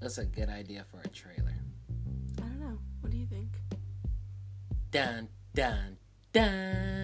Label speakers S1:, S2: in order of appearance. S1: That's a good idea for a trailer.
S2: I don't know. What do you think?
S1: Dun dun dun.